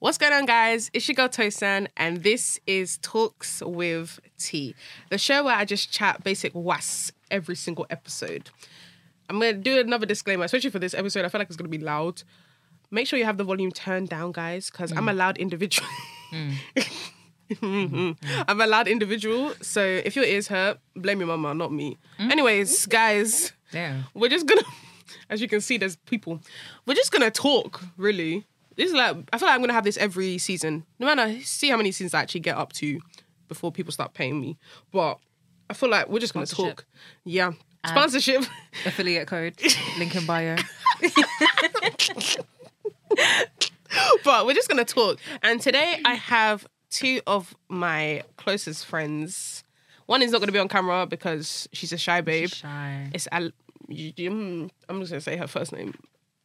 What's going on, guys? It's your girl Tosan, and this is Talks with T, the show where I just chat basic was every single episode. I'm gonna do another disclaimer, especially for this episode. I feel like it's gonna be loud. Make sure you have the volume turned down, guys, because I'm a loud individual. I'm a loud individual, so if your ears hurt, blame your mama, not me. Anyways, guys, Damn. we're just gonna as you can see there's people we're just gonna talk really this is like i feel like i'm gonna have this every season no matter see how many seasons i actually get up to before people start paying me but i feel like we're just gonna Sponsorship. talk yeah sponsorship Affiliate code, link in bio. but we're just gonna talk and today i have two of my closest friends one is not gonna be on camera because she's a shy babe Shy. It's Al. You, you- mm, I'm just gonna say her first name.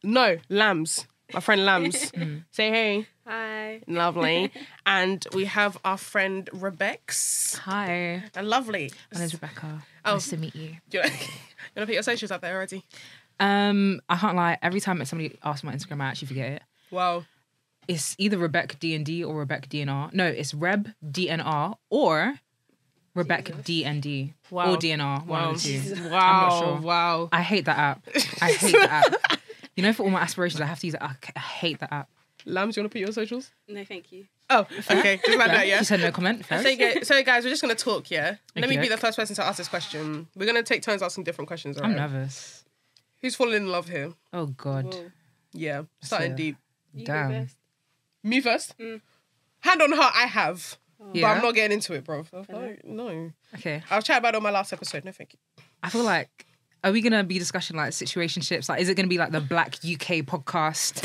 No, Lambs. My friend Lambs. Mm. say hey. Hi. Lovely. and we have our friend Rebex. Hi, They're Lovely. my name's Rebecca. Oh. Nice to meet you. Do you, wanna, you wanna put your socials out there already? Um, I can't lie. Every time that somebody asks my Instagram, I actually forget it. Wow. It's either Rebecca D and D or Rebecca DNR. No, it's Reb DNR or Rebecca D and D Wow. or DNR. One Wow. of the two. Wow. sure. Wow. I hate that app. I hate that app. You know, for all my aspirations, I have to use it. I c- I hate that app. Lambs, you wanna put your socials? No, thank you. Oh, okay. Just like that, yeah. She said no comment. First. So, gu- so guys, we're just gonna talk, yeah. Let me Okey be the doke. first person to ask this question. We're gonna take turns asking different questions. I'm Alright. nervous. Who's falling in love here? Oh God, Whoa. Yeah, starting it. deep. You Damn. go first. Me first. Mm. Hand on heart, I have, Yeah? but I'm not getting into it, bro. No, no. okay. I'll chat about it on my last episode. No, thank you. I feel like are we gonna be discussing like situationships? Like, is it gonna be like the Black UK podcast?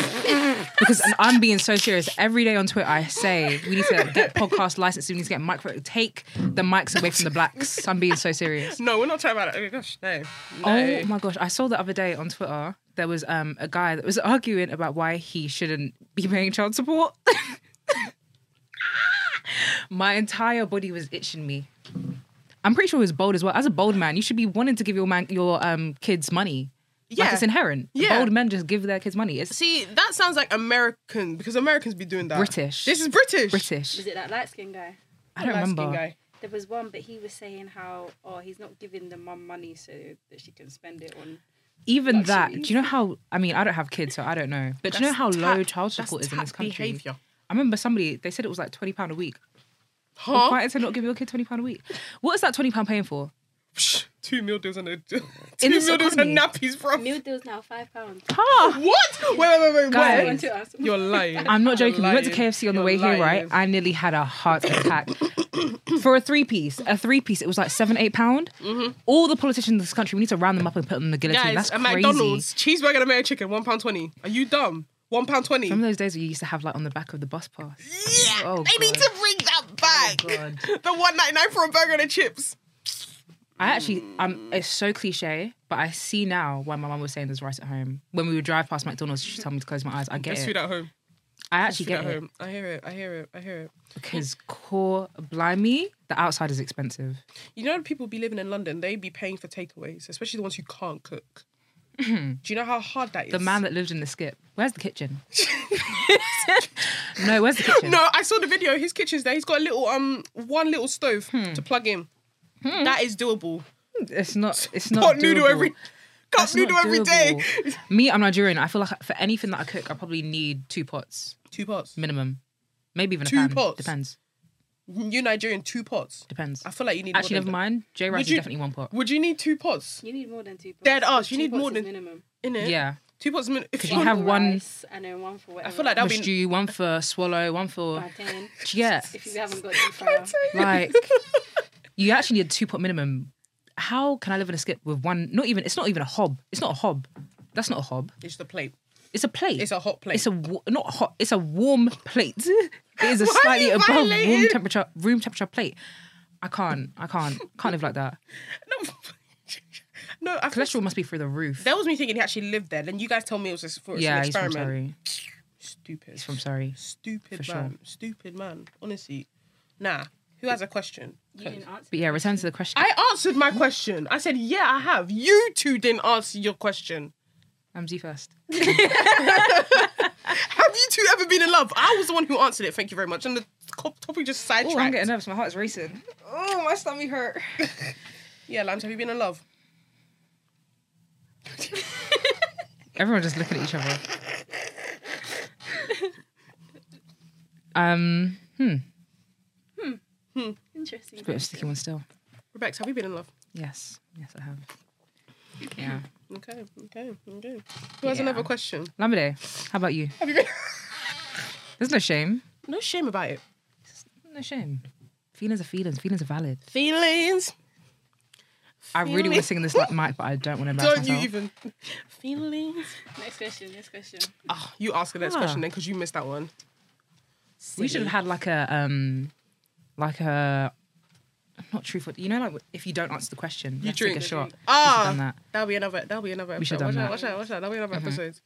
because I'm being so serious. Every day on Twitter, I say we need to get podcast licenses. We need to get micro. Take the mics away from the blacks. I'm being so serious. No, we're not chatting about it. Oh my gosh, no. Oh my gosh! I saw the other day on Twitter there was um a guy that was arguing about why he shouldn't be paying child support. my entire body was itching me. I'm pretty sure he was bold as well. As a bold man, you should be wanting to give your man your um kids money. Yeah. Like it's inherent. Yeah. Bold men just give their kids money. It's See, that sounds like American because Americans be doing that. British. This is British. British. Was it that light skinned guy? I don't Light-skinned remember. guy. There was one, but he was saying how, oh, he's not giving the mum money so that she can spend it on. Even that, do Luxury. you know how I mean I don't have kids, so I don't know. But do you know That's how tat- low child that's support is in this tat country? behaviour. I remember somebody they said it was like twenty pounds a week. Huh? Why to not give your kid twenty pound a week? What is that twenty pound paying for? Psh, two meal deals and a two this meal deals and economy. nappies, bro. Meal deals now five pounds. Ah, what? Wait, wait, wait, wait. Guys. wait. One to us. You're lying. I'm not joking. We went to Lying. KFC on the You're way here, lying. right? I nearly had a heart attack for a three piece. A three piece. It was like seven, eight pound. All the politicians in this country, we need to round them up and put them in the guillotine. Mm-hmm. Guys, That's at crazy. McDonald's, cheeseburger and a Mary chicken, one pound twenty. Are you dumb? One pound twenty. Remember those days where you used to have like on the back of the bus pass? Yeah, Oh, they need God. Oh, to bring that back. the one ninety nine for a burger and a chips. I actually, um, it's so cliche, but I see now why my mum was saying there's rice at home. When we would drive past McDonald's, she'd tell me to close my eyes. I get It's it. food at home. I It's actually food at get it home. I hear it. I hear it. I hear it. because core blimey, the outside is expensive. You know, people be living in London. They be paying for takeaways, especially the ones who can't cook. Do you know how hard that is? Mm-hmm. The man that lived in the skip. Where's the kitchen? no, where's the kitchen? No, I saw the video. His kitchen's there. He's got a little um one little stove Hmm. to plug in. That is doable. It's not. It's Hmm. not. Pot noodle doable. every. Cup It's noodle not every day. doable. Me, I'm Nigerian. I feel like for anything that I cook, I probably need two pots Two pots. minimum, maybe even a Two pan. pots? Depends. You Nigerian, two pots. Depends. I feel like you need. Actually, more never than mind. J Would rice is you- definitely one pot. that. Would you need two pots? You need more than two pots. Dead ass, you Two need pots more is than- minimum. In it. Yeah. Two pots a minute. If you one- have for one- rice and then one for whatever. I feel like that For would be. stew, one for swallow, one for. E Plantain, Yeah. If you haven't got deep fryer. Like, you actually need two pot minimum. How can I live in a skip with one? Not even. It's not even a hob. It's not a hob. That's not a hob. It's the plate. It's a plate. It's a hot plate. It's a wa- not hot. It's a warm plate. it is a Why are slightly you above room violating? temperature room temperature plate. I can't. I can't. Can't live like that. No, no I feel, Cholesterol must be through the roof. that was me thinking he actually lived there. Then you guys tell me it was just for it's yeah, an he's from experiment. Surrey. Stupid. He's from Surrey. Stupid for man. Stupid man. Honestly. Nah. Who has a question? You didn't answer. But yeah, return to the question. I answered my question. I said, yeah, I have. You two didn't answer your question. Hamzy first. Have you two ever been in love? I was the one who answered it. Thank you very much. And the co- topic just Oh, I'm sidetracked. getting nervous. My heart's racing. Oh, my stomach hurt. yeah, Lams, have you been in love? Everyone just looking at each other. Um, hmm. Interesting. Bit of a sticky one still. Rebecca, have you been in love? Yes, yes, I have. Yeah. Okay, okay, okay. Who has Yeah. another question? Lamade, how about you? Have you been? There's no shame. no shame about it. No shame. Feelings are feelings. Feelings are valid. Feelings. I really want to Feelings. sing this like Mike, but I don't want to embarrass Don't you myself. even. Feelings. Next question. Next question. Ah, you ask the next Ah. question then because you missed that one. We should have had like a um, like a not truthful. You know, like if you don't answer the question, you have to take drink. a shot. Ah. done that. That'll be another. That'll be another. We should've episode. Watch out! done that. Watch Mm-hmm. out! Watch out! That'll be another episode.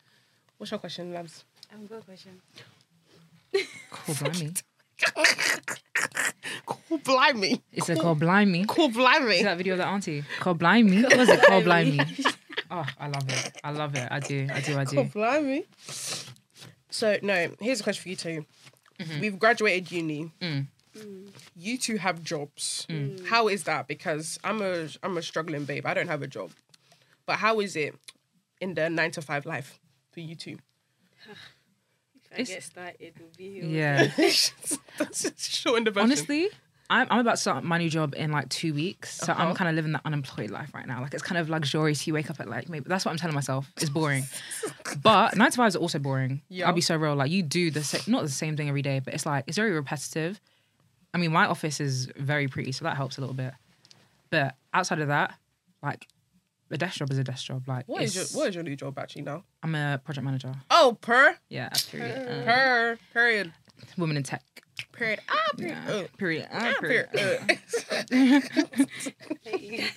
What's your question, Labs? Um, good question. Call blimey. Call blimey. It's a call blimey. Call See blimey. that video of the auntie? Call blimey. What was it? Call blimey. Oh, I love it. I love it. I do. I do. I Call do. blimey. So no, here's a question for you 2 we We've graduated uni. Mm-hmm. Mm. You two have jobs. How is that? Because I'm a I'm a struggling babe. I don't have a job, but how is it in the nine to five life for you two? If I It's- get started, we'll be here. all Yeah. That's just short and the version. Honestly, I'm, I'm about to start my new job in like two weeks. So Uh-huh. I'm kind of living that unemployed life right now. Like it's kind of luxurious. You wake up at like maybe that's what I'm telling myself. It's boring. but nine to fives are also boring. Yeah. I'll be so real. Like you do the sa- not the same thing every day, but it's like it's very repetitive. I mean, my office is very pretty, so that helps a little bit. But outside of that, like a desk job is a desk job. Like what is your it's- what is your new job actually now? I'm a project manager. Oh, per Yeah, period. Uh, per period women in tech. period ah period. Yeah, Uh. period. Uh, Ah, period. period. Uh. day.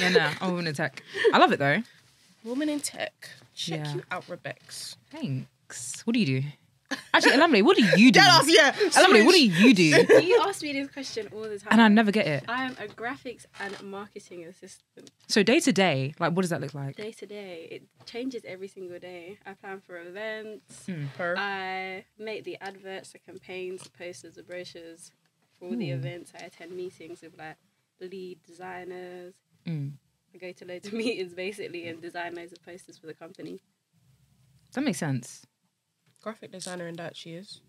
Yeah, no, I'm a woman in tech. I love it though. Woman in tech. Check Yeah. you out, Rebex. Thanks. What do you do? Actually, Elamine, what do you do? Elamine, yeah. what do you do? you ask me this question all the time. And I never get it. I am a graphics and marketing assistant. So day to day, like, what does that look like? Day to day, it changes every single day. I plan for events. Hmm. Her. I make the adverts, the campaigns, the posters, the brochures for all the Ooh. events. I attend meetings with like lead designers. Mm. I go to loads of meetings basically and design loads of posters for the company. That makes sense. Graphic designer in that she is.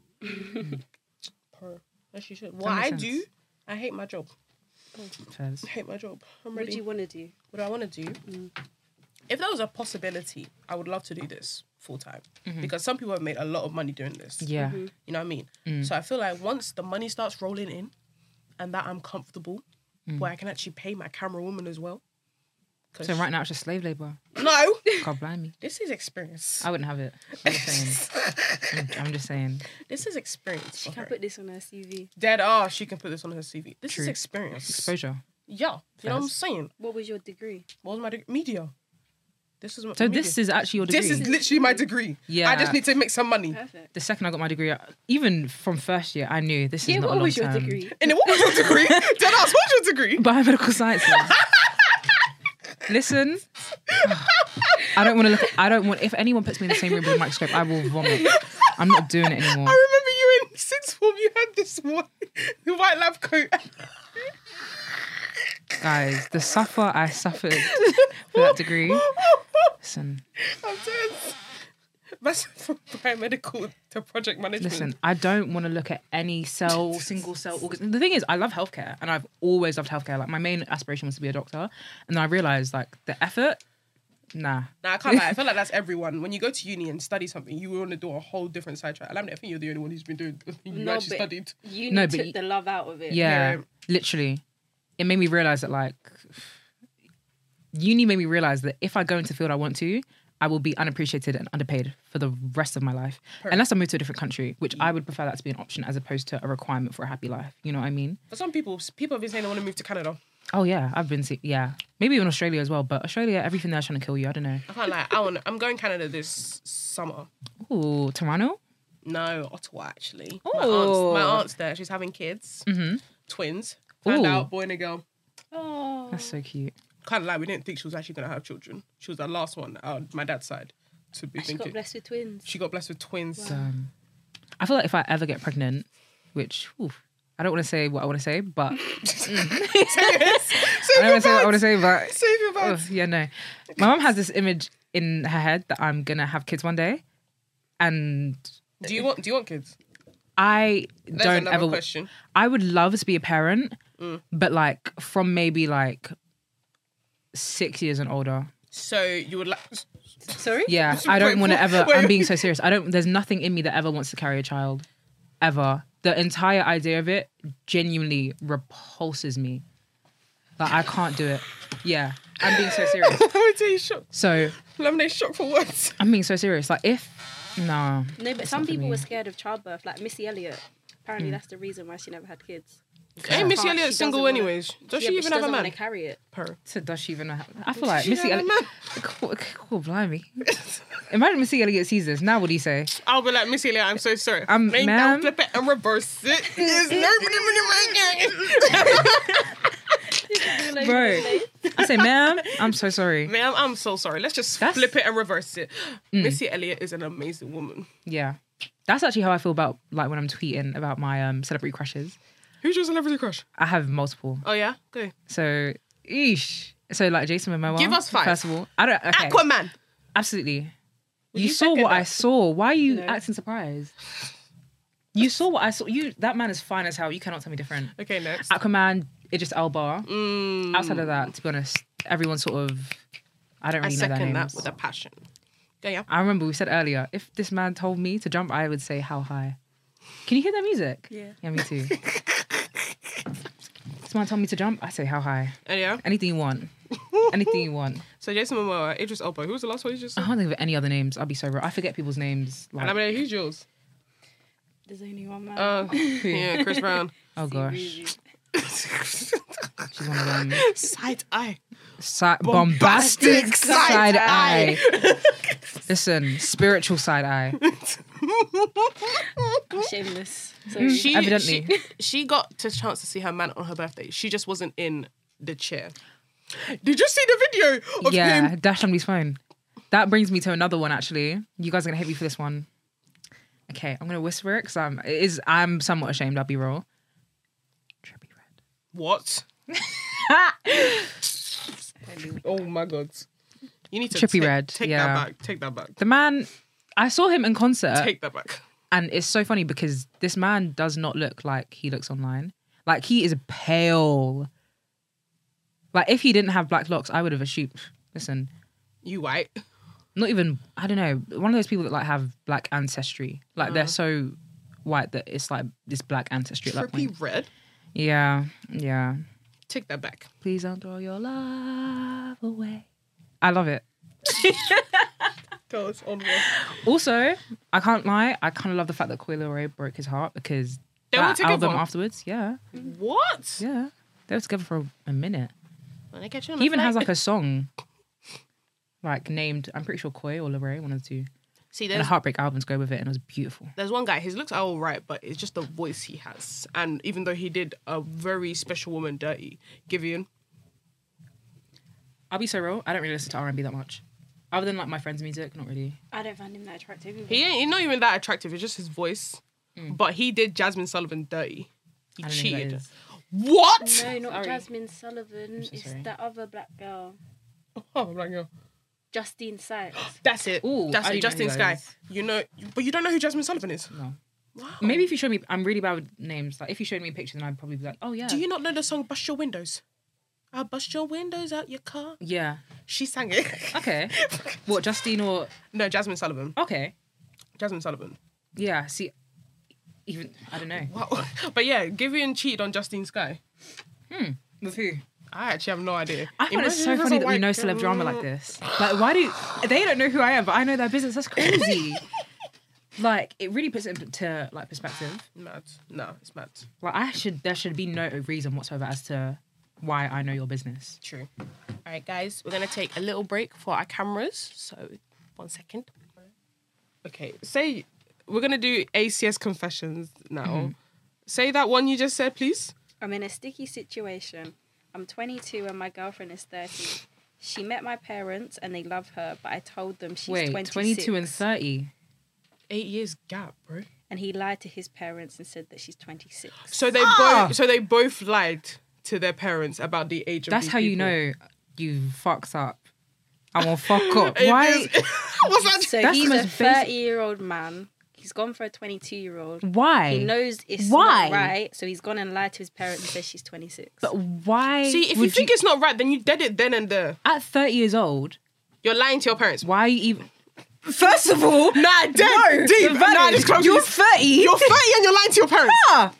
Her. As she should. What I makes do, sense. I hate my job. Fez. I hate my job. I'm What ready. do you want to do? what Mm. do I want to do? If there was a possibility, I would love to do this full time because some people have made a lot of money doing this. Yeah. Mm-hmm. You know what I mean? Mm. So I feel like once the money starts rolling in and that I'm comfortable, Mm. where I can actually pay my camera woman as well. 'Cause So right now it's just slave labor. No, God blind me. this is experience. I wouldn't have it. I'm just saying. I'm, I'm just saying. This is experience. She for can her. put this on her CV. Dead ass, she can put this on her CV. This True. is experience. Exposure. yeah, you know what I'm Facts. saying. What was your degree? What was my degree? Media. This is what. So media. this is actually your degree. This is literally my degree. Yeah. I just Yeah. need to make some money. Perfect. the second I got my degree, even from first year, I knew this is Yeah, not a what long was your term. degree? And then what was your degree? Dead ass, what was your degree? biomedical sciences. Listen, I don't want to look. I don't want. If anyone puts me in the same room with a microscope, I will vomit. I'm not doing it anymore. I remember you in sixth form. You had this white, the white lab coat. Guys, the suffer I suffered for that degree. Listen, I'm tense. That's from biomedical to project management. listen. I don't want to look at any cell, single cell organ. The thing is, I love healthcare, and I've always loved healthcare. Like my main aspiration was to be a doctor, and then I realized like the effort. Nah, Nah, I can't lie. I feel like that's everyone. When you go to uni and study something, you want to do a whole different sidetrack. And I'm- I think you're the only one who's been doing. You No, actually but- studied. You No, but took y- the love out of it. Yeah, Yeah. literally. It made me realize that like uni made me realize that if I go into the field I want to, I will be unappreciated and underpaid for the rest of my life. Unless I move to a different country, which I would prefer that to be an option as opposed to a requirement for a happy life. You know what I mean? For some people, people have been saying they want to move to Canada. Oh yeah, I've been see- yeah. Maybe even Australia as well, but Australia, everything there's trying to kill you. I don't know. I can't lie. I want. I'm going Canada this summer. Ooh, Toronto? No, Ottawa actually. My aunt's, my Oh. aunt's there. She's having kids, twins. Mm-hmm. Ooh. Found out, boy and a girl. Oh, That's so cute. can't lie, we didn't think she was actually gonna have children. She was the last one on my dad's side to be She got thinking. blessed with twins. she got blessed with twins. Um, I feel like if I ever get pregnant, which oof, I don't want to say what I want to say, but I Save don't your want to say what I want to bags. say, but Save your Oh, bags. yeah, no. My mom has this image in her head that I'm gonna have kids one day, and Do you want? Do you want kids? I There's don't another ever. question. Mm. I would love to be a parent, but like from maybe like six years and older. So you would like? Sorry? Yeah, Wait, I don't want to what? ever. Wait. I'm being so serious. I don't. There's nothing in me that ever wants to carry a child, ever. The entire idea of it genuinely repulses me. Like I can't do it. Yeah, I'm being so serious. I'm taking shock. So Lemonade shock for words. I'm being so serious. Like if no, No, but some not for people me. were scared of childbirth, like Missy Elliott. Apparently, that's the reason why she never had kids. Hey, Miss Can't- Elliott's she single doesn't wanna- anyways. Does yeah, she but even have a doesn't wanna man? carry it. Per. so does she even? Have, I feel like She Missy. have a Elliott. man? Cool, cool, blimey. Imagine Missy Elliott sees this. Now what do you say? I'll be like, Miss Elliott, I'm so sorry. Um, Make ma'am? that flip it and reverse it. There's nobody in my gang. Bro. I say, ma'am, I'm so sorry. Ma'am, I'm so sorry. Let's just That's- flip it and reverse it. Missy Elliott is an amazing woman. Yeah. That's actually how I feel about like when I'm tweeting about my um celebrity crushes. Who's your celebrity crush? I have multiple. Oh yeah, okay. So eesh. So like Jason Momoa. Give us five. First of all, I don't. Okay. Aquaman. Absolutely. You, you saw second what I that? saw. Why are you No. acting surprised? You saw what I saw. You that man is fine as hell. You cannot tell me different. Okay, next. Aquaman, Idris Elba. Mm, Outside of that, to be honest, everyone sort of. I don't I really know their second that names. with a passion. Yeah, yeah. I remember we said earlier, if this man told me to jump, I would say how high. Can you hear that music? Yeah. Yeah, me too. this man told me to jump, I say how high. Uh, yeah. Anything you want. Anything you want. So Jason Momoa, Idris Elba. Who was the last one you just I said? can't think of any other names. I'll be so real. I forget people's names. And I Like, mean, who's yours? There's only one man. Uh, yeah, Chris Brown. oh gosh, she's one of them. Side eye. Si- bombastic side side eye. eye. Listen, spiritual side eye. Shameless. Sorry. Mm. she, Evidently. she she got to chance to see her man on her birthday. She just wasn't in the chair. Did you see the video of yeah, him? dash somebody's phone. That brings me to another one. Actually, you guys are gonna hate me for this one. Okay, I'm gonna whisper it because I'm it is I'm somewhat ashamed. I'll be real. Trippy red. What? Oh my god. You need to Trippy take, red, Take yeah. that back. Take that back. The man, I saw him in concert, Take that back. and it's so funny because this man does not look like he looks online. Like he is pale. Like if he didn't have black locks, I would have assumed. Listen, You white. not even I don't know, one of those people that like have black ancestry. Like they're so white that it's like this black ancestry at that point. Uh-huh. Trippy red. Yeah, yeah. Take that back. Please don't throw your love away. I love it. Girls on Also, I can't lie, I kind of love the fact that Coi Leroy broke his heart because They were that together. album afterwards, yeah, What? yeah, they were together for a, a minute. When I catch you on He a even flight- has like a song, like named I'm pretty sure Coi or Leroy, one of the two. See, And the there's heartbreak albums go with it, and it was beautiful. there's one guy. His looks are all right, but it's just the voice he has. And even though he did a very special woman dirty, Givian. I'll be so real. I don't really listen to R and B that much, other than like my friends' music. Not really. I don't find him that attractive. either. He ain't he's not even that attractive. It's just his voice. But he did Jasmine Sullivan dirty. He Hmm. I don't know who that cheated. is. What? No, not Sorry. Jasmine Sullivan. so it's sorry. that other black girl, Oh, right, yeah. Justine Sykes. That's it. Ooh, That's it. I didn't know Justin who Sky. that is. You know, but you don't know who Jasmine Sullivan is. No. Wow. Maybe if you showed me, I'm really bad with names. Like if you showed me a picture, then I'd probably be like, oh yeah, Do you not know the song "Bust Your Windows"? I bust your windows out your car. yeah, She sang it. okay. what Justine or no, Jasmine Sullivan. okay, Jasmine Sullivan. yeah. See, even I don't know Wow. But yeah, Givian cheated on Justine Sky. with who. I actually have no idea. I find it Imagine so if it's funny a that we white know celeb girl. drama like this. Like, why do they don't know who I am, but I know their business? That's crazy. like, it really puts it into like perspective. Mad. No, it's mad. Like, I should there should be no reason whatsoever as to why I know your business. True. All right, guys, we're gonna take a little break for our cameras. So, one second. Okay, say we're gonna do ACS Mm-hmm. confessions now. Say that one you just said, please. I'm in a sticky situation. I'm 22 and my girlfriend is 30. She met my parents and they love her, but I told them she's Wait, 26. 22 and 30. Eight years gap, bro. And he lied to his parents and said that she's 26. So they Ah! both so they both lied to their parents about the age of That's these how you people. know you fucked up. I'm gonna fuck up. It Why? is- What's that? So That's the he's a most basic- 30 year old man. He's gone for a 22 year old. Why? He knows it's Why? not right, so he's gone and lied to his parents and says she's 26. But why? See, if you would think it's not right, then you did it then and there. at 30 years old, You're lying to your parents. why are you even? First of all, Nah, dead no, deep. Nah, valid. this close. you're 30. You're 30 and you're lying to your parents. Ah!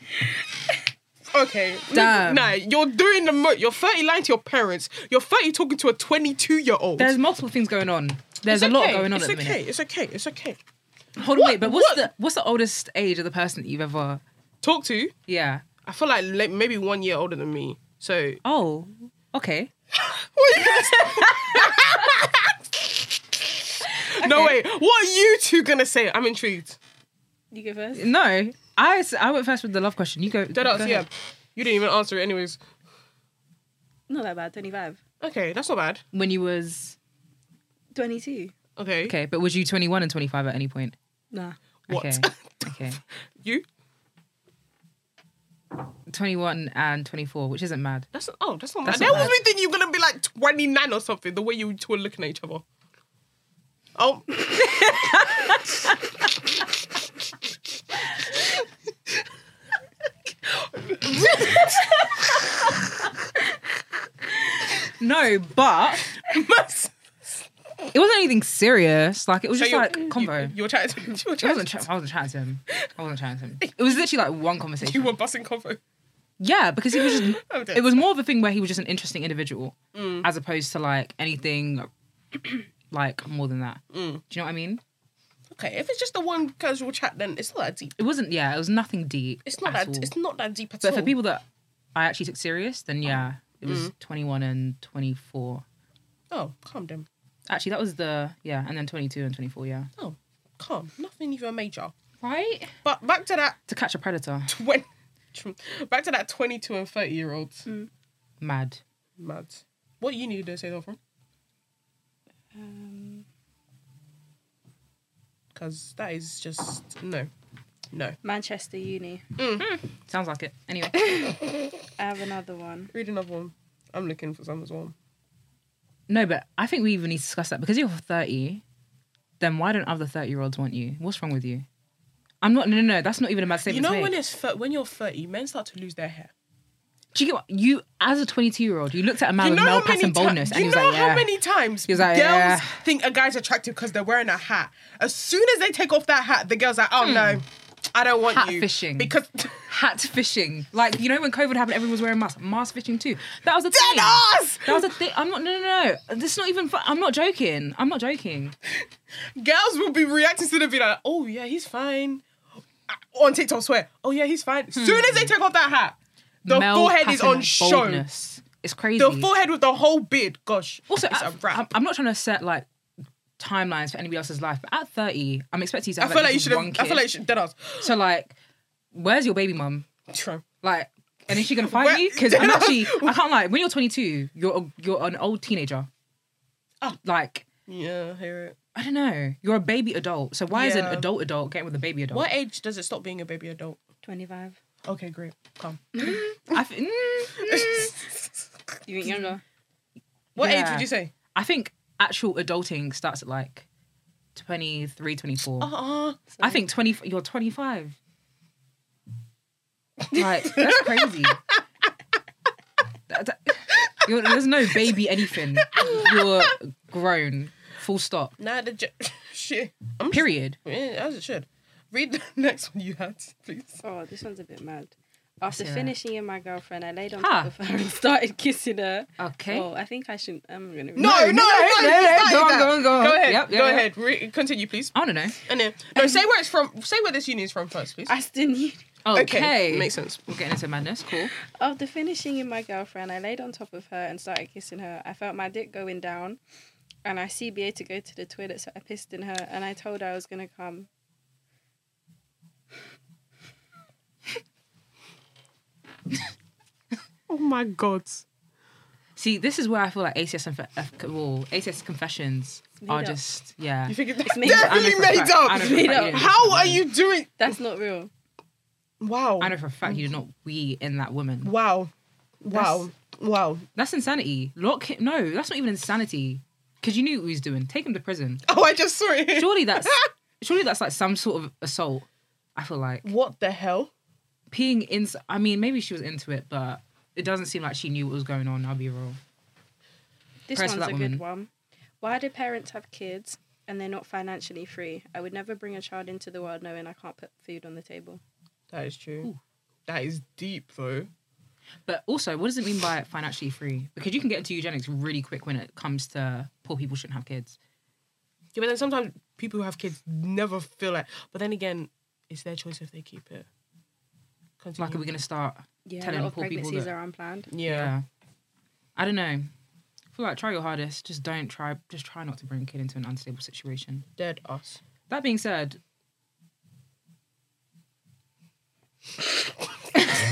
Okay. Damn. Nah, you're doing the mo- You're 30 lying to your parents. You're 30 talking to a 22 year old. There's multiple things going on. There's It's a lot okay, going on It's at the okay. minute. It's okay. It's okay. Hold on, wait. But what's what- the what's the oldest age of the person that you've ever? Talk to. Yeah. I feel like le- maybe one year older than me. So Oh, okay. What are you gonna say? No wait. What are you two gonna say? I'm intrigued. you go first? No, I s- I went first with the love question. You go. Dead go ass, yeah. ahead. You didn't even answer it anyways. Not that bad, 25. Okay, that's not bad. When you was 22. Okay. okay, but was you 21 and 25 at any point? Nah. What? Okay. Okay. you? 21 and 24, which isn't mad. That's oh, that's not That's bad. not that was bad. me thinking you're gonna be like 29 or something. The way you two are looking at each other. Oh. No, but it wasn't anything serious. Like it was So just you're- like convo. You, you were trying to. You were I trying wasn't. to. Tra- I wasn't chatting to him. I wasn't chatting to him. It was literally like one You conversation. were busting convo. Yeah, because he was just. Oh, dear. It was more of a thing where he was just an interesting individual, as opposed to like anything, like more than that. Do you know what I mean? Okay, if it's just the one casual chat, then it's not that deep. It wasn't. Yeah, it was nothing deep. It's not at that. all. Oh. Mm. It's not that deep at But all. for people that I actually took serious, then yeah, it was 21 and 24. oh, calm down. Actually, that was the yeah, and then 22 and 24. Yeah, Oh, calm. Nothing even major. right. But back to that To catch a predator, twenty. Back to that twenty-two and thirty-year-olds. Mm. mad. Mad. What uni did they say that from? Um, Because that is just no, no. Manchester Uni. Sounds like it. Anyway, I have another one. Read another one. I'm looking for some as well. no, but I think we even need to discuss that because you're 30. Then why don't other 30 year olds want you? What's wrong with you? I'm not. No, no, no. That's not even a bad You statement. know to make. when it's thir- when you're thirty, men start to lose their hair. Do you get what? You, as a 22 year old, you looked at a man you with know how male pattern many ti- boldness do and he you was know like, how yeah. many times was like, girls yeah. think a guy's attractive because they're wearing a hat. As soon as they take off that hat, the girls are, oh no, I don't want Hmm. Hat you fishing. because Hat fishing. Like, you know, when COVID happened, everyone was wearing masks. Mask fishing too. That was a thing. dead ass. That was a thing. I'm not, no, no, no. This is not even, fu- I'm not joking. I'm not joking. girls will be reacting to the video like, oh yeah, he's fine. On TikTok, swear, oh yeah, he's fine. As soon as they take off that hat, the Hmm. Male forehead is pattern on show. boldness. It's crazy. The forehead with the whole beard, gosh. also, it's at- a wrap. I'm, I'm not trying to set like timelines for anybody else's life, but at 30, I'm expecting you to I have feel like you least should have. one I feel kid. like you should. Dead ass. So, like, where's your baby mum? True. Like, and is she gonna fight Where- you? Because I'm actually, I can't lie. When you're 22, you're a, you're an old teenager. Oh. Like, Yeah, I hear it. I don't know. You're a baby adult. So why is an Yeah. adult adult getting with a baby adult? What age does it stop being a baby adult? 25. Okay, great. Come. I, th- mm, You think younger? What age Yeah. would you say? I think actual adulting starts at like 23, 24. Uh-uh. I think 20. You're 25. Like that's crazy. That- that- you're- there's no baby anything. You're grown. Full stop. Nah, the j- shit. I'm Period. Yeah, as it should. Read the next one you had, please. Oh, this one's a bit mad. After Yeah. finishing in my girlfriend, I laid on Ha. top of her and started kissing her. Okay. Oh, I think I shouldn't. I'm gonna. No, Oh, no, no, no, you no, started go on, that. go on, go on. Go ahead, Uh-huh. Yep, yeah, go yeah. ahead. Re- continue, please. I want to know. And then, no, say where it's from. Say where this uni is from first, please. I still need. Okay. makes sense. We're getting into madness. Cool. After finishing in my girlfriend, I laid on top of her and started kissing her. I felt my dick going down, and I CBA to go to the toilet, so I pissed in her, and I told her I was gonna come. Oh my god. See, this is where I feel like ACS and F- well, ACS confessions made are up. just yeah. You think it's made I definitely know for a made fact- I know up? for a Made fact, up. yeah. How are you doing? That's not real. Wow. I know for a fact you did not we in that woman. Wow. Wow. Wow. That's insanity. Lock him. No, that's not even insanity. Because you knew what he was doing. Take him to prison. Oh, I just saw it. Surely that's surely that's like some sort of assault. I feel like What the hell? peeing in. I mean, maybe she was into it, but it doesn't seem like she knew what was going on. I'll be real. This Press for one's that a woman. good one. Why do parents have kids and they're not financially free? I would never bring a child into the world knowing I can't put food on the table. That is true. Ooh. That is deep, though. But also, what does it mean by financially free? Because you can get into eugenics really quick when it comes to poor people shouldn't have kids. Yeah, but then sometimes people who have kids never feel like. But then again, it's their choice if they keep it. Continue. Like, are we going to start? Yeah, Telling a lot of poor people pregnancies that- are unplanned. yeah. I don't know. I feel like try your hardest. Just don't try. Just try not to bring a kid into an unstable situation. dead us. That being said,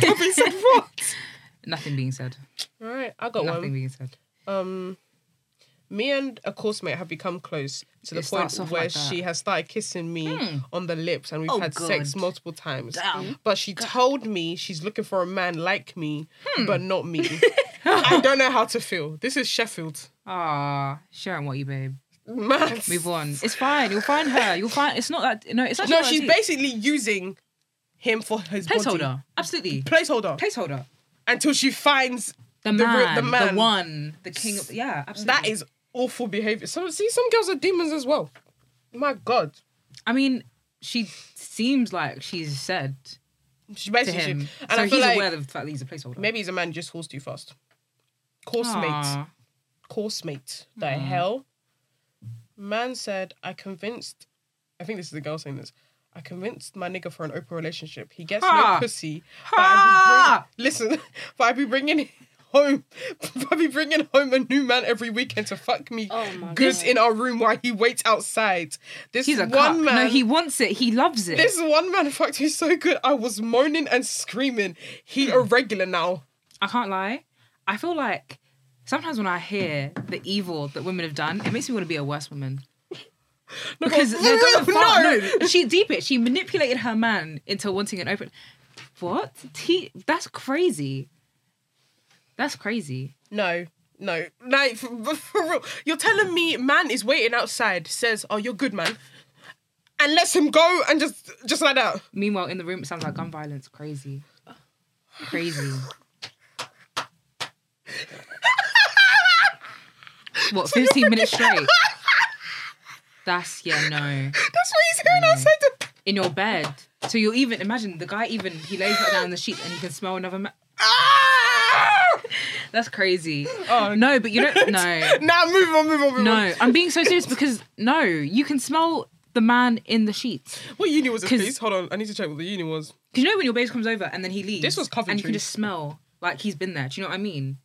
Gabby said what? nothing being said. All right, I got nothing one. being said. Um, me and a course mate have become close to the It point starts off where like that. she has started kissing me Hmm. on the lips, and we've Oh, had sex God. multiple times. Damn. But she told me she's looking for a man like me, Hmm. but not me. I don't know how to feel. This is Sheffield. Ah, Sharon, what you babe? Mad. Move on. It's fine. You'll find her. You'll find. It's not that. No, it's actually No, not she's that basically using him for his deep. placeholder. body. Absolutely Placeholder. placeholder. Until she finds The The real- man, the the, man. one, the king. Of, yeah, absolutely. that is awful behavior. Some see some girls are demons as well. My God. I mean, she seems like she's said She to basically him. and so I feel he's like aware of the fact that he's a placeholder. maybe he's a man who just falls too fast. Course mate. Aw. Course mate. The Mm. hell? Man said, I convinced I think this is the girl saying this. I convinced my nigga for an open relationship. He gets Ha. no pussy. Ha. But I be bring, listen, but I be bringing home, but I be bringing home a new man every weekend to fuck me Oh my goods God. in our room while he waits outside. This He's a one cuck. man. No, he wants it. He loves it. This one man fucked me so good, I was moaning and screaming. Hmm. He a regular now. I can't lie. I feel like sometimes when I hear the evil that women have done, it makes me want to be a worse woman. Because but- they're going No. far. No, she deep it. She manipulated her man into wanting an open. What? T- that's crazy. That's crazy. No, no, no. For, for real, you're telling me man is waiting outside. Says, "Oh, you're good, man," and lets him go and just, just like that. Meanwhile, in the room, it sounds like gun violence. Crazy. Crazy. what, 15 minutes straight? That's, yeah, no. That's what he's hearing outside. The- In your bed. So you'll even, imagine the guy even, he lays back down on the sheet and he can smell another man. ah! That's crazy. Oh. No, but you don't, no. Now move on, move on, move on. No, I'm being so serious because, no, you can smell the man in the sheets. What uni was this? 'Cause- Please hold on. I need to check what the uni was. Because you know when your babe comes over and then he leaves. This was And you Coventry. can just smell like he's been there. Do you know what I mean?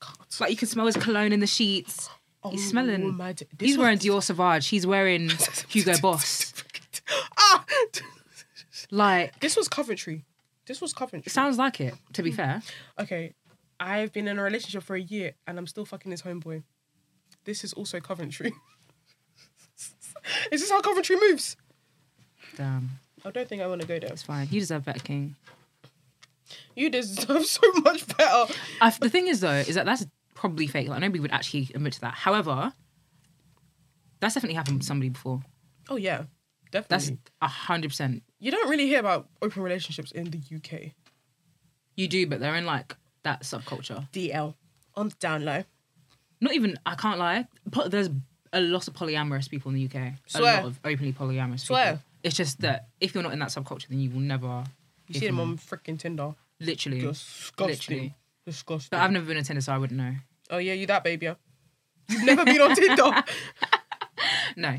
God. It's like you can smell his cologne in the sheets. He's Oh, smelling. my d- this He's was- wearing Dior Sauvage. He's wearing Hugo Boss. ah, Like, this was Coventry. This was Coventry. sounds like it. To Hmm. be fair, okay, I've been in a relationship for a year and I'm still fucking his homeboy. This is also Coventry. is this how Coventry moves? damn, I don't think I want to go there. it's fine. You deserve better, King. You deserve so much better. I, the thing is, though, is that that's probably fake. Like nobody would actually admit to that. However, that's definitely happened to somebody before. Oh yeah, definitely. That's a hundred percent. You don't really hear about open relationships in the UK. You do, but they're in like that subculture. DL on the down low. Not even. I can't lie. Po- There's a lot of polyamorous people in the UK. Swear. A lot of openly polyamorous. Swear. People. It's just that if you're not in that subculture, then you will never. You see them on freaking Tinder. Literally. Mm-hmm. Disgusting. Literally. Disgusting. But I've never been a Tinder, so I wouldn't know. Oh yeah, you that baby. yeah. You've never been on Tinder. No,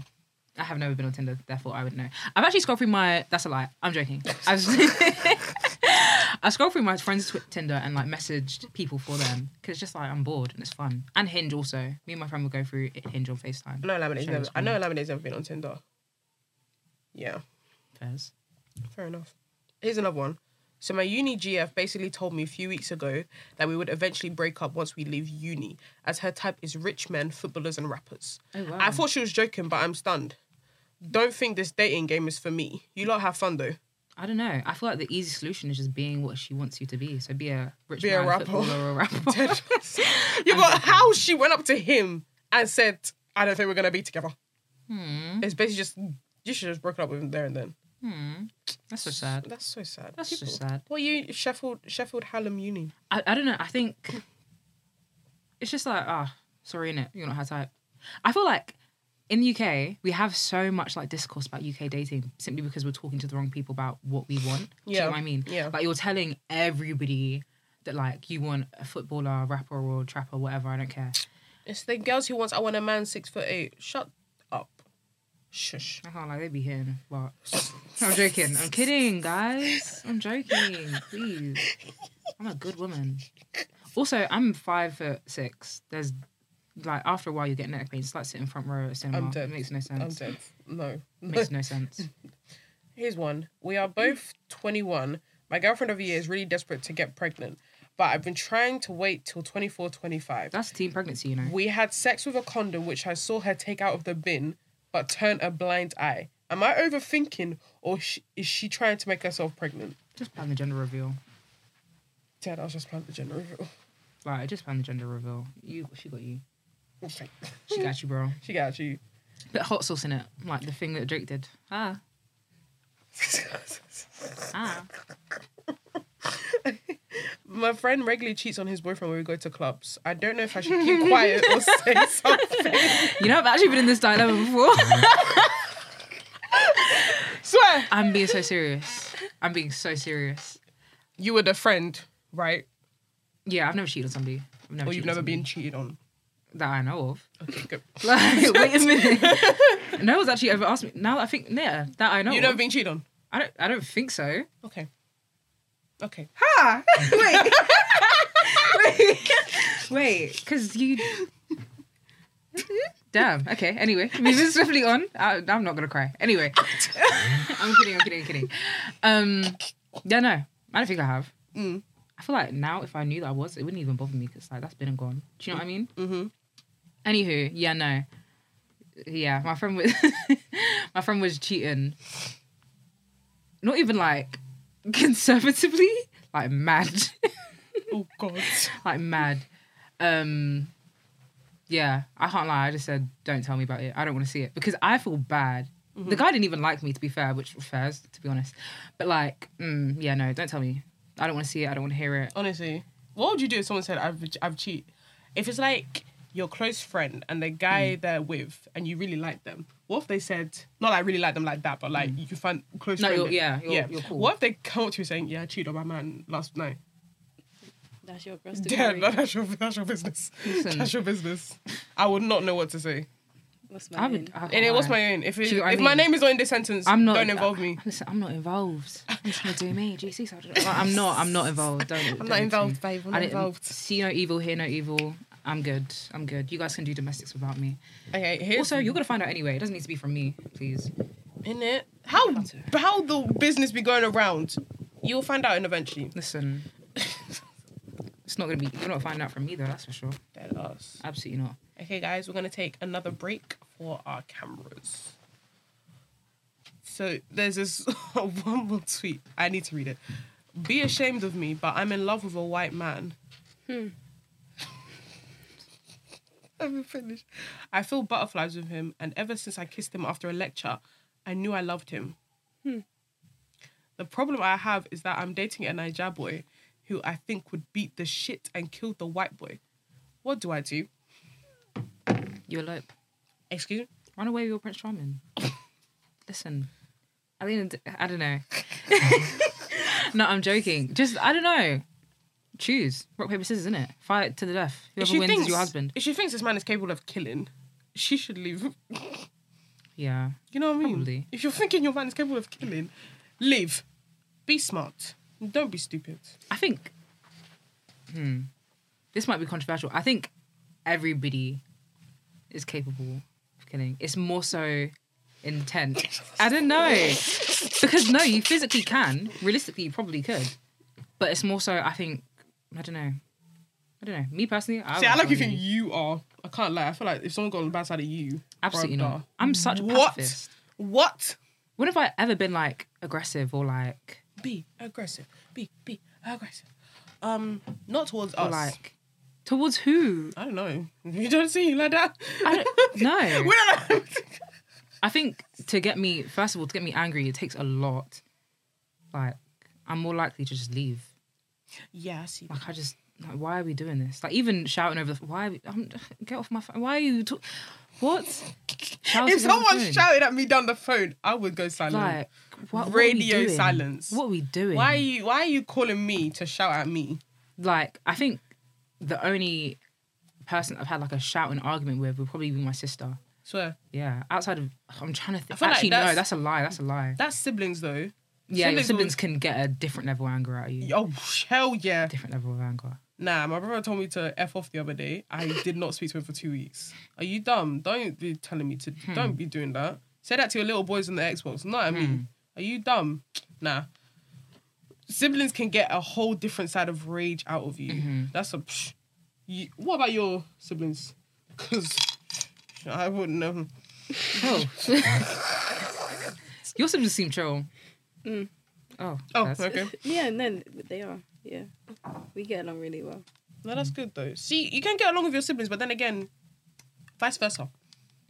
I have never been on Tinder, therefore I would know. I've actually scrolled through my. That's a lie. I'm joking. I've, I scrolled through my friends' tw- Tinder and like messaged people for them because it's just like I'm bored and it's fun. And Hinge also. Me and my friend would go through it- Hinge on Facetime. No, Laminate's Share never. the I know Laminate's never been on Tinder. Yeah, Fairs. fair enough. Here's another one. So my uni GF basically told me a few weeks ago that we would eventually break up once we leave uni, as her type is rich men, footballers, and rappers. Oh, wow. I thought she was joking, but I'm stunned. Don't think this dating game is for me. You lot have fun though. I don't know. I feel like the easy solution is just being what she wants you to be. So be a rich Be a man, rapper. footballer, or a rapper. you got how she went up to him and said, "I don't think we're gonna be together." hmm. It's basically just you should have just broken up with him there and then. Hmm. That's so sad. That's so sad. That's so People- sad. Well, you Sheffield Sheffield Hallam Uni. I, I don't know. I think it's just like, ah, sorry, innit? You're not her type. I feel like in the UK, we have so much like discourse about UK dating simply because we're talking to the wrong people about what we want. Do you Yeah. know what I mean? Yeah. Like you're telling everybody that like you want a footballer, rapper, or trapper, whatever, I don't care. It's the girls who wants I want a man six foot eight. Shut up. Shush. I can't like they be hitting, but I'm joking. I'm kidding, guys. I'm joking. Please, I'm a good woman. Also, I'm five foot six. There's like after a while you get neck pain. It's like sitting front row at a cinema. I'm dead. It makes no sense. I'm dead. No. Makes no sense. Here's one. We are both 21. My girlfriend of the year is really desperate to get pregnant, but I've been trying to wait till 24, 25. That's teen pregnancy, you know. We had sex with a condom, which I saw her take out of the bin, but turn a blind eye. Am I overthinking, or sh- is she trying to make herself pregnant? Just plan the gender reveal. Dad, I was just playing the gender reveal. Like, just plan the gender reveal. You, she got you. Okay. She got you, bro. She got you. Bit of hot sauce in it, like the thing that Drake did. Ah, ah. My friend regularly cheats on his boyfriend when we go to clubs. I don't know if I should keep quiet or say something. You know, I've actually been in this dilemma before. Swear. I'm being so serious. I'm being so serious. You were the friend, right? Yeah, I've never cheated on somebody. I've never Or Oh, you've cheated never on somebody been cheated on. that I know of. Okay, good. Like, wait a minute. no one's actually ever asked me. Now that I think, yeah, that I know. You've never of. been cheated on. I don't. I don't think so. Okay. Okay. Ha! Wait. Wait. Because you. Damn. Okay. Anyway, moving swiftly on. I, I'm not gonna cry. Anyway, I'm kidding. I'm kidding. I'm kidding. Um. Yeah. No. I don't think I have. Mm. I feel like now, if I knew that I was, it wouldn't even bother me because like that's been and gone. Do you know what I mean? Mm-hmm. Anywho, yeah, no, yeah, my friend was my friend was cheating. Not even like conservatively, like mad, Oh God. like mad. Um, yeah, I can't lie. I just said, don't tell me about it. I don't want to see it because I feel bad. The guy didn't even like me, to be fair, which was fair, to be honest. But like, mm, yeah, no, don't tell me. I don't want to see it. I don't want to hear it. Honestly, what would you do if someone said I've I've cheat? If it's like your close friend and the guy Mm. they're with, and you really like them. What if they said not like really like them like that, but like you find close Mm. No, friend? you're- yeah, you're- you're cool. What if they come up to you saying, "Yeah, I cheated on my man last night"? That's your gross to Yeah, carry. no, that's your that's your business. Listen. That's your business. I would not know what to say. What's I my name? would. I can't And it was lie. my own. If it, Do you know if what I my mean? name is not in this sentence, I'm not. Don't involve me. Listen, I'm not involved. I'm trying to do me. GC. So I don't- like, I'm not. I'm not involved. Don't. I'm not involved, babe. I'm I not didn't involved. see no evil, hear no evil. I'm good. I'm good. You guys can do domestics without me. Okay. Here's Also, you're gonna find out anyway. It doesn't need to be from me, please. in it. How how the business be going around? You'll find out in eventually. Listen, it's not gonna be. You're not finding out from me though. That's for sure. Dead ass. Absolutely not. Okay, guys, we're gonna take another break for our cameras. So there's this one more tweet. I need to read it. Be ashamed of me, but I'm in love with a white man. Hmm. Let me finish. I feel butterflies with him, and ever since I kissed him after a lecture, I knew I loved him. Hmm. The problem I have is that I'm dating a Niger boy who I think would beat the shit and kill the white boy. What do I do? You elope. Excuse me? Run away with your Prince Charming. Listen, I think I don't know. no, I'm joking. Just I don't know. Choose rock paper scissors, isn't it? Fight to the death. Whoever wins is your husband. If she thinks this man is capable of killing, she should leave. Yeah. You know what I mean? Probably. If you're thinking your man is capable of killing, leave. Be smart. Don't be stupid. I think hmm, this might be controversial. I think everybody is capable of killing. It's more so intent. I don't know. Because no, you physically can. Realistically, you probably could. But it's more so, I think, I don't know. I don't know. Me personally, I See, I like wouldn't you tell think you are. I can't lie. I feel like if someone got on the bad side of you, Absolutely bruh, not. I'm such a What? pacifist. What? When have I ever been like aggressive or like Be aggressive. Be be aggressive. Um, not towards or us. like towards who? I don't know. You don't see like that. I don't know. we don't know. I think to get me, first of all, to get me angry, it takes a lot. Like, I'm more likely to just leave. yeah, I see. Like, I just, like, why are we doing this? Like, even shouting over the, why, are we, um, get off my phone. Why are you, talk, what? Shouting If over the someone phone. shouted at me down the phone, I would go silent. like, what, what Radio are we doing? silence. What are we doing? why are you Why are you calling me to shout at me? like I think the only person I've had like a shouting argument with would probably be my sister. Swear. Yeah, outside of I'm trying to I think. feel like Actually, no, that's- that's a lie. That's a lie. That's siblings though. yeah, your siblings siblings can get a different level of anger out of you. Oh hell yeah. Different level of anger. Nah, my brother told me to f off the other day. I did not speak to him for two weeks. Are you dumb? Don't be telling me to. Hmm. Don't be doing that. Say that to your little boys on the Xbox, not at me. Hmm. Are you dumb? Nah. Siblings can get a whole different side of rage out of you. Mm-hmm. That's a. Psh, you, what about your siblings? Because I wouldn't. Um, Oh, your siblings seem chill. Mm. Oh, oh, that's- okay. Yeah, no, they are. Yeah, we get along really well. No, Mm. that's good though. See, you can get along with your siblings, but then again, vice versa.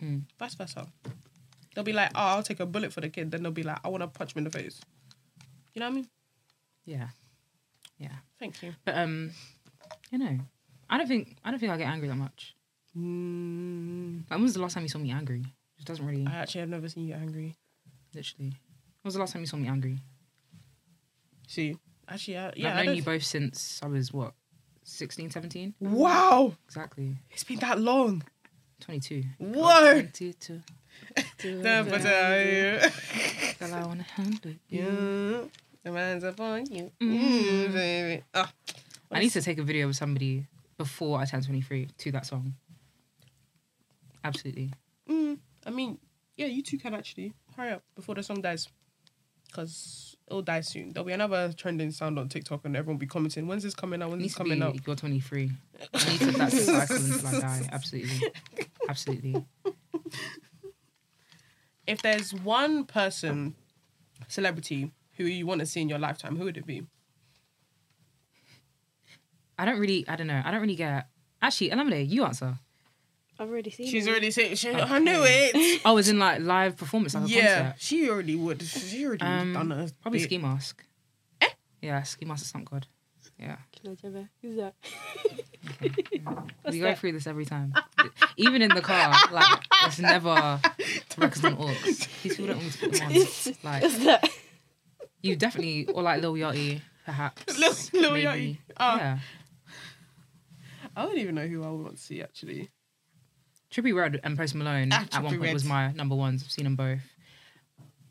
Mm. Vice versa. They'll be like, oh, I'll take a bullet for the kid. Then they'll be like, I want to punch him in the face. You know what I mean? yeah. Thank you. But um, you know, I don't think I don't think I get angry that much. Mm, Like, when was the last time you saw me angry? It doesn't really, I actually have never seen you angry. literally. When was the last time you saw me angry? See, actually, I, Yeah, yeah. I I've known don't- you both since I was what 16, 17? wow, Exactly. it's been that long. 22. Whoa. 22. No, but, uh, Girl, I wanna handle you. yeah. The man's up on you, Mm. Mm, baby. Ah, I need to take a video with somebody before I turn 23 to that song. Absolutely. Mm, I mean, yeah, you two can actually hurry up before the song dies, because it'll die soon. There'll be another trending sound on TikTok, and everyone will be commenting, "When's this coming out? When's Needs this to be coming out?" you're 23. I need to that cycle until I die. Absolutely. Absolutely. If there's one person, celebrity, who you want to see in your lifetime, who would it be? I don't really I don't know. I don't really get actually Elamide, you answer. I've already seen. She's them. already saying, she, "I knew it." Oh, as in like live performance, like a yeah, concert. she already would. She already Um, done a Probably bit. ski mask. Eh? Yeah, ski mask is not good. Yeah. Can I jump in? Who's that? we What's go that? through this every time. Even in the car, like it's never records and orcs. These people don't always put them on. Like What's that? you definitely or like Lil Yachty, perhaps. Lil- Lil maybe. Yachty. Ah. Yeah. I don't even know who I would want to see actually. Trippy Red and Post Malone Ah, at one Trippie point Redd. was my number ones. I've seen them both.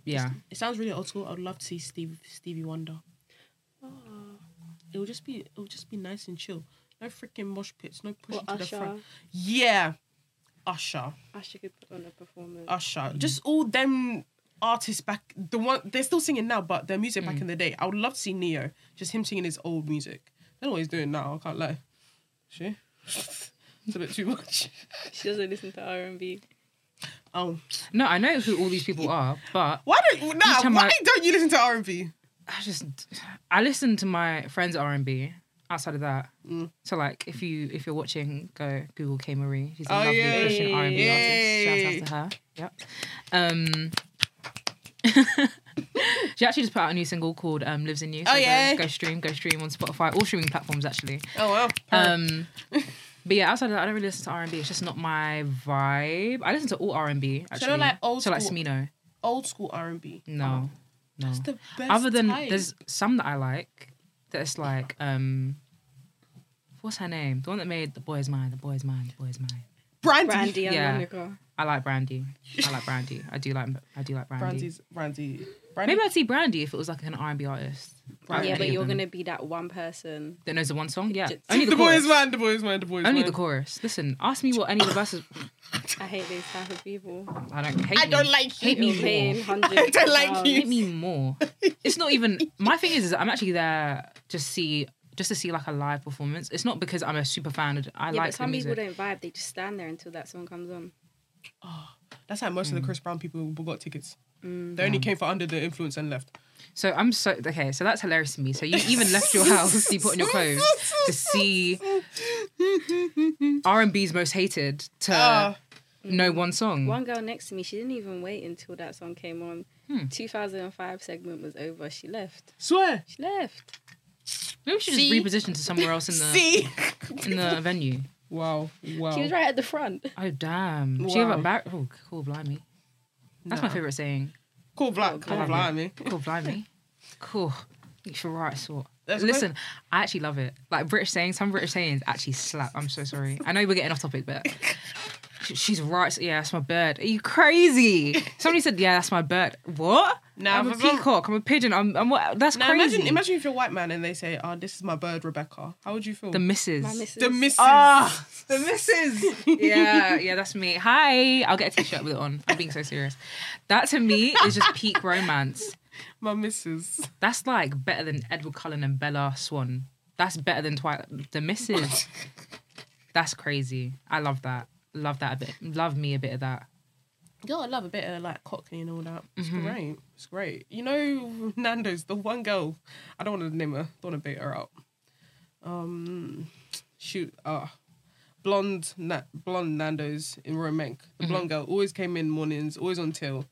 Yeah. It sounds really old school. I'd love to see Steve Stevie Wonder. It'll just be it'll just be nice and chill. No freaking mosh pits. No Or pushing to the front. Usher. Yeah. Usher. Usher could put on a performance. Usher. Just all them artists back the one they're still singing now, but their music Mm. back in the day. I would love to see Neo. Just him singing his old music. I don't know what he's doing now, I can't lie. She it's a bit too much. She doesn't listen to R and B. Oh. No, I know who all these people are, but Why don't nah, time why I- don't you listen to R and B? I just I listen to my friends R and B. Outside of that, Mm. so like if you if you're watching, go Google K Marie. She's a Oh, lovely yay. Christian R and B artist. Shout out to her. Yep. Um, she actually just put out a new single called um, "Lives in You." So Oh, yeah. Go, go stream, go stream on Spotify, all streaming platforms actually. Oh well. Um, but yeah, outside of that, I don't really listen to R and B. It's just not my vibe. I listen to all R and B. not Actually, like old so like school- Smino. old school R and B. No, no It's the best other than type. there's some that I like. That's like um, what's her name? The one that made the boy's mine. The boy's mine. The boy's mine. Brandy. Brandy and Yeah. Monica. I like Brandy. I like Brandy. I do like. I do like Brandy. Brandy's Brandy. Brandy. Maybe I'd see Brandy if it was like an R and B artist. Right. yeah, any but of you're them. gonna be that one person. That knows the one song. Yeah, Just- only the, the boys chorus. man, the boys man, the boys Only man. the chorus. Listen, ask me what any of the verses. I hate these type of people. I don't hate. I me. don't like you. Hate me You're paying more. hundreds. I don't like of you. Hate me more. It's not even. My thing is, is I'm actually there to see, just to see like a live performance. It's not because I'm a super fan. of- I Yeah, like but some the music. people don't vibe. They just stand there until that song comes on. That's how most of the Chris Brown people who got tickets. They only came for under the influence and left. So I'm so okay. So that's hilarious to me. So you even left your house, you put on your clothes to see R and B's most hated to Ah. know one song. One girl next to me, she didn't even wait until that song came on. 2005 segment was over. She left. Swear. She left. Maybe we should See? just reposition to somewhere else in the See. in the venue. Wow. Wow. She was right at the front. Oh damn! She gave Wow. up back. Oh cool, blimey. That's my favorite saying. Cool black. Cool Cool black. me. Cool, blimey. Cool. You should write sort. That's Listen, I actually love it. Like British sayings, some British sayings actually slap. I'm so sorry. I know we're getting off topic, but sh- she's right. Yeah, that's my bird. Are you crazy? Somebody said, yeah, that's my bird. What? Nah, I'm a if I'm- peacock. I'm a pigeon. I'm. I'm what? That's Now crazy. imagine, imagine if you're a white man and they say, "Oh, this is my bird, Rebecca." How would you feel? the missus. My missus. the missus. Ah, the missus. yeah, yeah, that's me. Hi, I'll get a t-shirt with it on. I'm being so serious. That to me is just peak romance. My missus. That's like better than Edward Cullen and Bella Swan. That's better than Twilight. The Misses. That's crazy. I love that. Love that a bit. Love me a bit of that. Yo, I love a bit of like Cockney and all that. It's Mm-hmm. great. It's great. You know, Nando's the one girl. I don't want to name her. Don't want to bait her out. Um, shoot. Uh, blonde, na- blonde Nando's in Romank. The Mm-hmm. blonde girl always came in mornings. Always on till.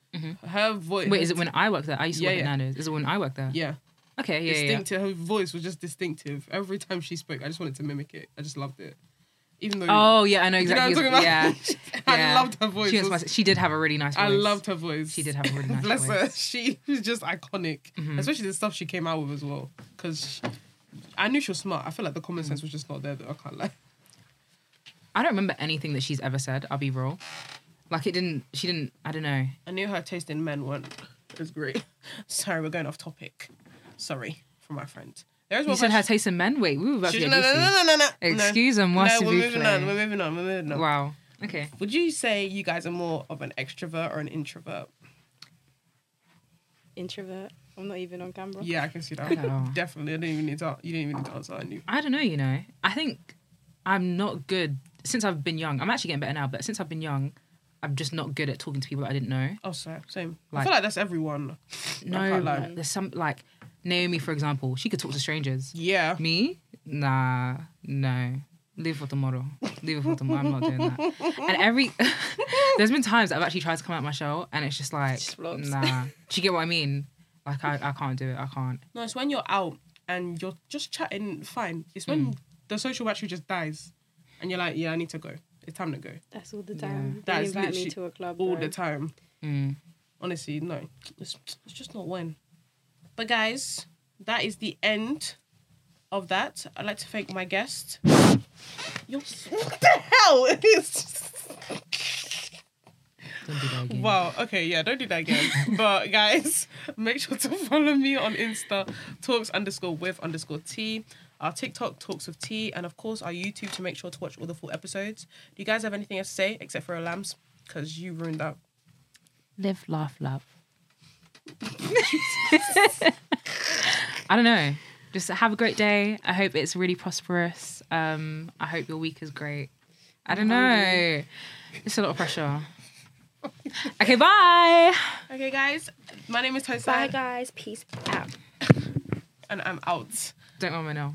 Her voice. Wait, is it when I worked there? I used to Yeah, work yeah. at Nando's. Is it when I worked there? Yeah, Okay, yeah, yeah, yeah. distinctive. Her voice was just distinctive. Every time she spoke, I just wanted to mimic it. I just loved it. Even though Oh, yeah, I know You know what exactly. I'm talking about? Yeah. I yeah. loved her voice. She, was my, she did have a really nice voice. I loved her voice. She did have a really nice Bless voice. her. Mm-hmm. She was just iconic, especially the stuff she came out with as well. Because I knew she was smart. I feel like the common sense was just not there. Though. I can't lie. I don't remember anything that she's ever said, I'll be real. Like it didn't she didn't I don't know. I knew her taste in men weren't as great. Sorry, we're going off topic. Sorry for my friend. There is You one said her question- taste in men? Wait, we were about to She- get no, no, juicy. no, no, no, no. Excuse me, no, moi, s'il we're vous moving on. plaît. We're moving on. We're moving on. Wow. Okay. Would you say you guys are more of an extrovert or an introvert? Introvert. I'm not even on camera. Yeah, I can see that. No. Definitely. I didn't even need to. You didn't even need to answer. I knew. I don't know, you know. I think I'm not good since I've been young. I'm actually getting better now, but since I've been young, I'm just not good at talking to people that I didn't know. Oh, sorry. Same. I Like- feel like that's everyone. I No, can't lie. there's some like Naomi, for example, she could talk to strangers. Yeah. Me? Nah, no. Leave for tomorrow. Leave for tomorrow. I'm not doing that. And every there's been times I've actually tried to come out my shell, and it's just like Just flops. nah. Do you get what I mean? Like I, I can't do it. I can't. No, it's when you're out and you're just chatting. Fine. It's when the social battery just dies, and you're like, yeah, I need to go. It's time to go. That's all the time. That They is invite me literally to a club. All bro. the time. Mm. Honestly, no. It's, it's just not when. But guys, that is the end of that. I'd like to thank my guest. You're so- what the hell? It's just- Don't do that again. Wow. Okay. Yeah. Don't do that again. but guys, make sure to follow me on Insta, talks underscore with underscore t. Our TikTok talks with t, and of course our YouTube to make sure to watch all the full episodes. Do you guys have anything else to say except for alarms? Because you ruined that. Live, laugh, love. I don't know. Just have a great day. I hope it's really prosperous. Um, I hope your week is great. I don't know. It's a lot of pressure. Okay, bye. Okay, guys. My name is Bye, Tosa, guys. Peace out. and I'm out. Don't want my know.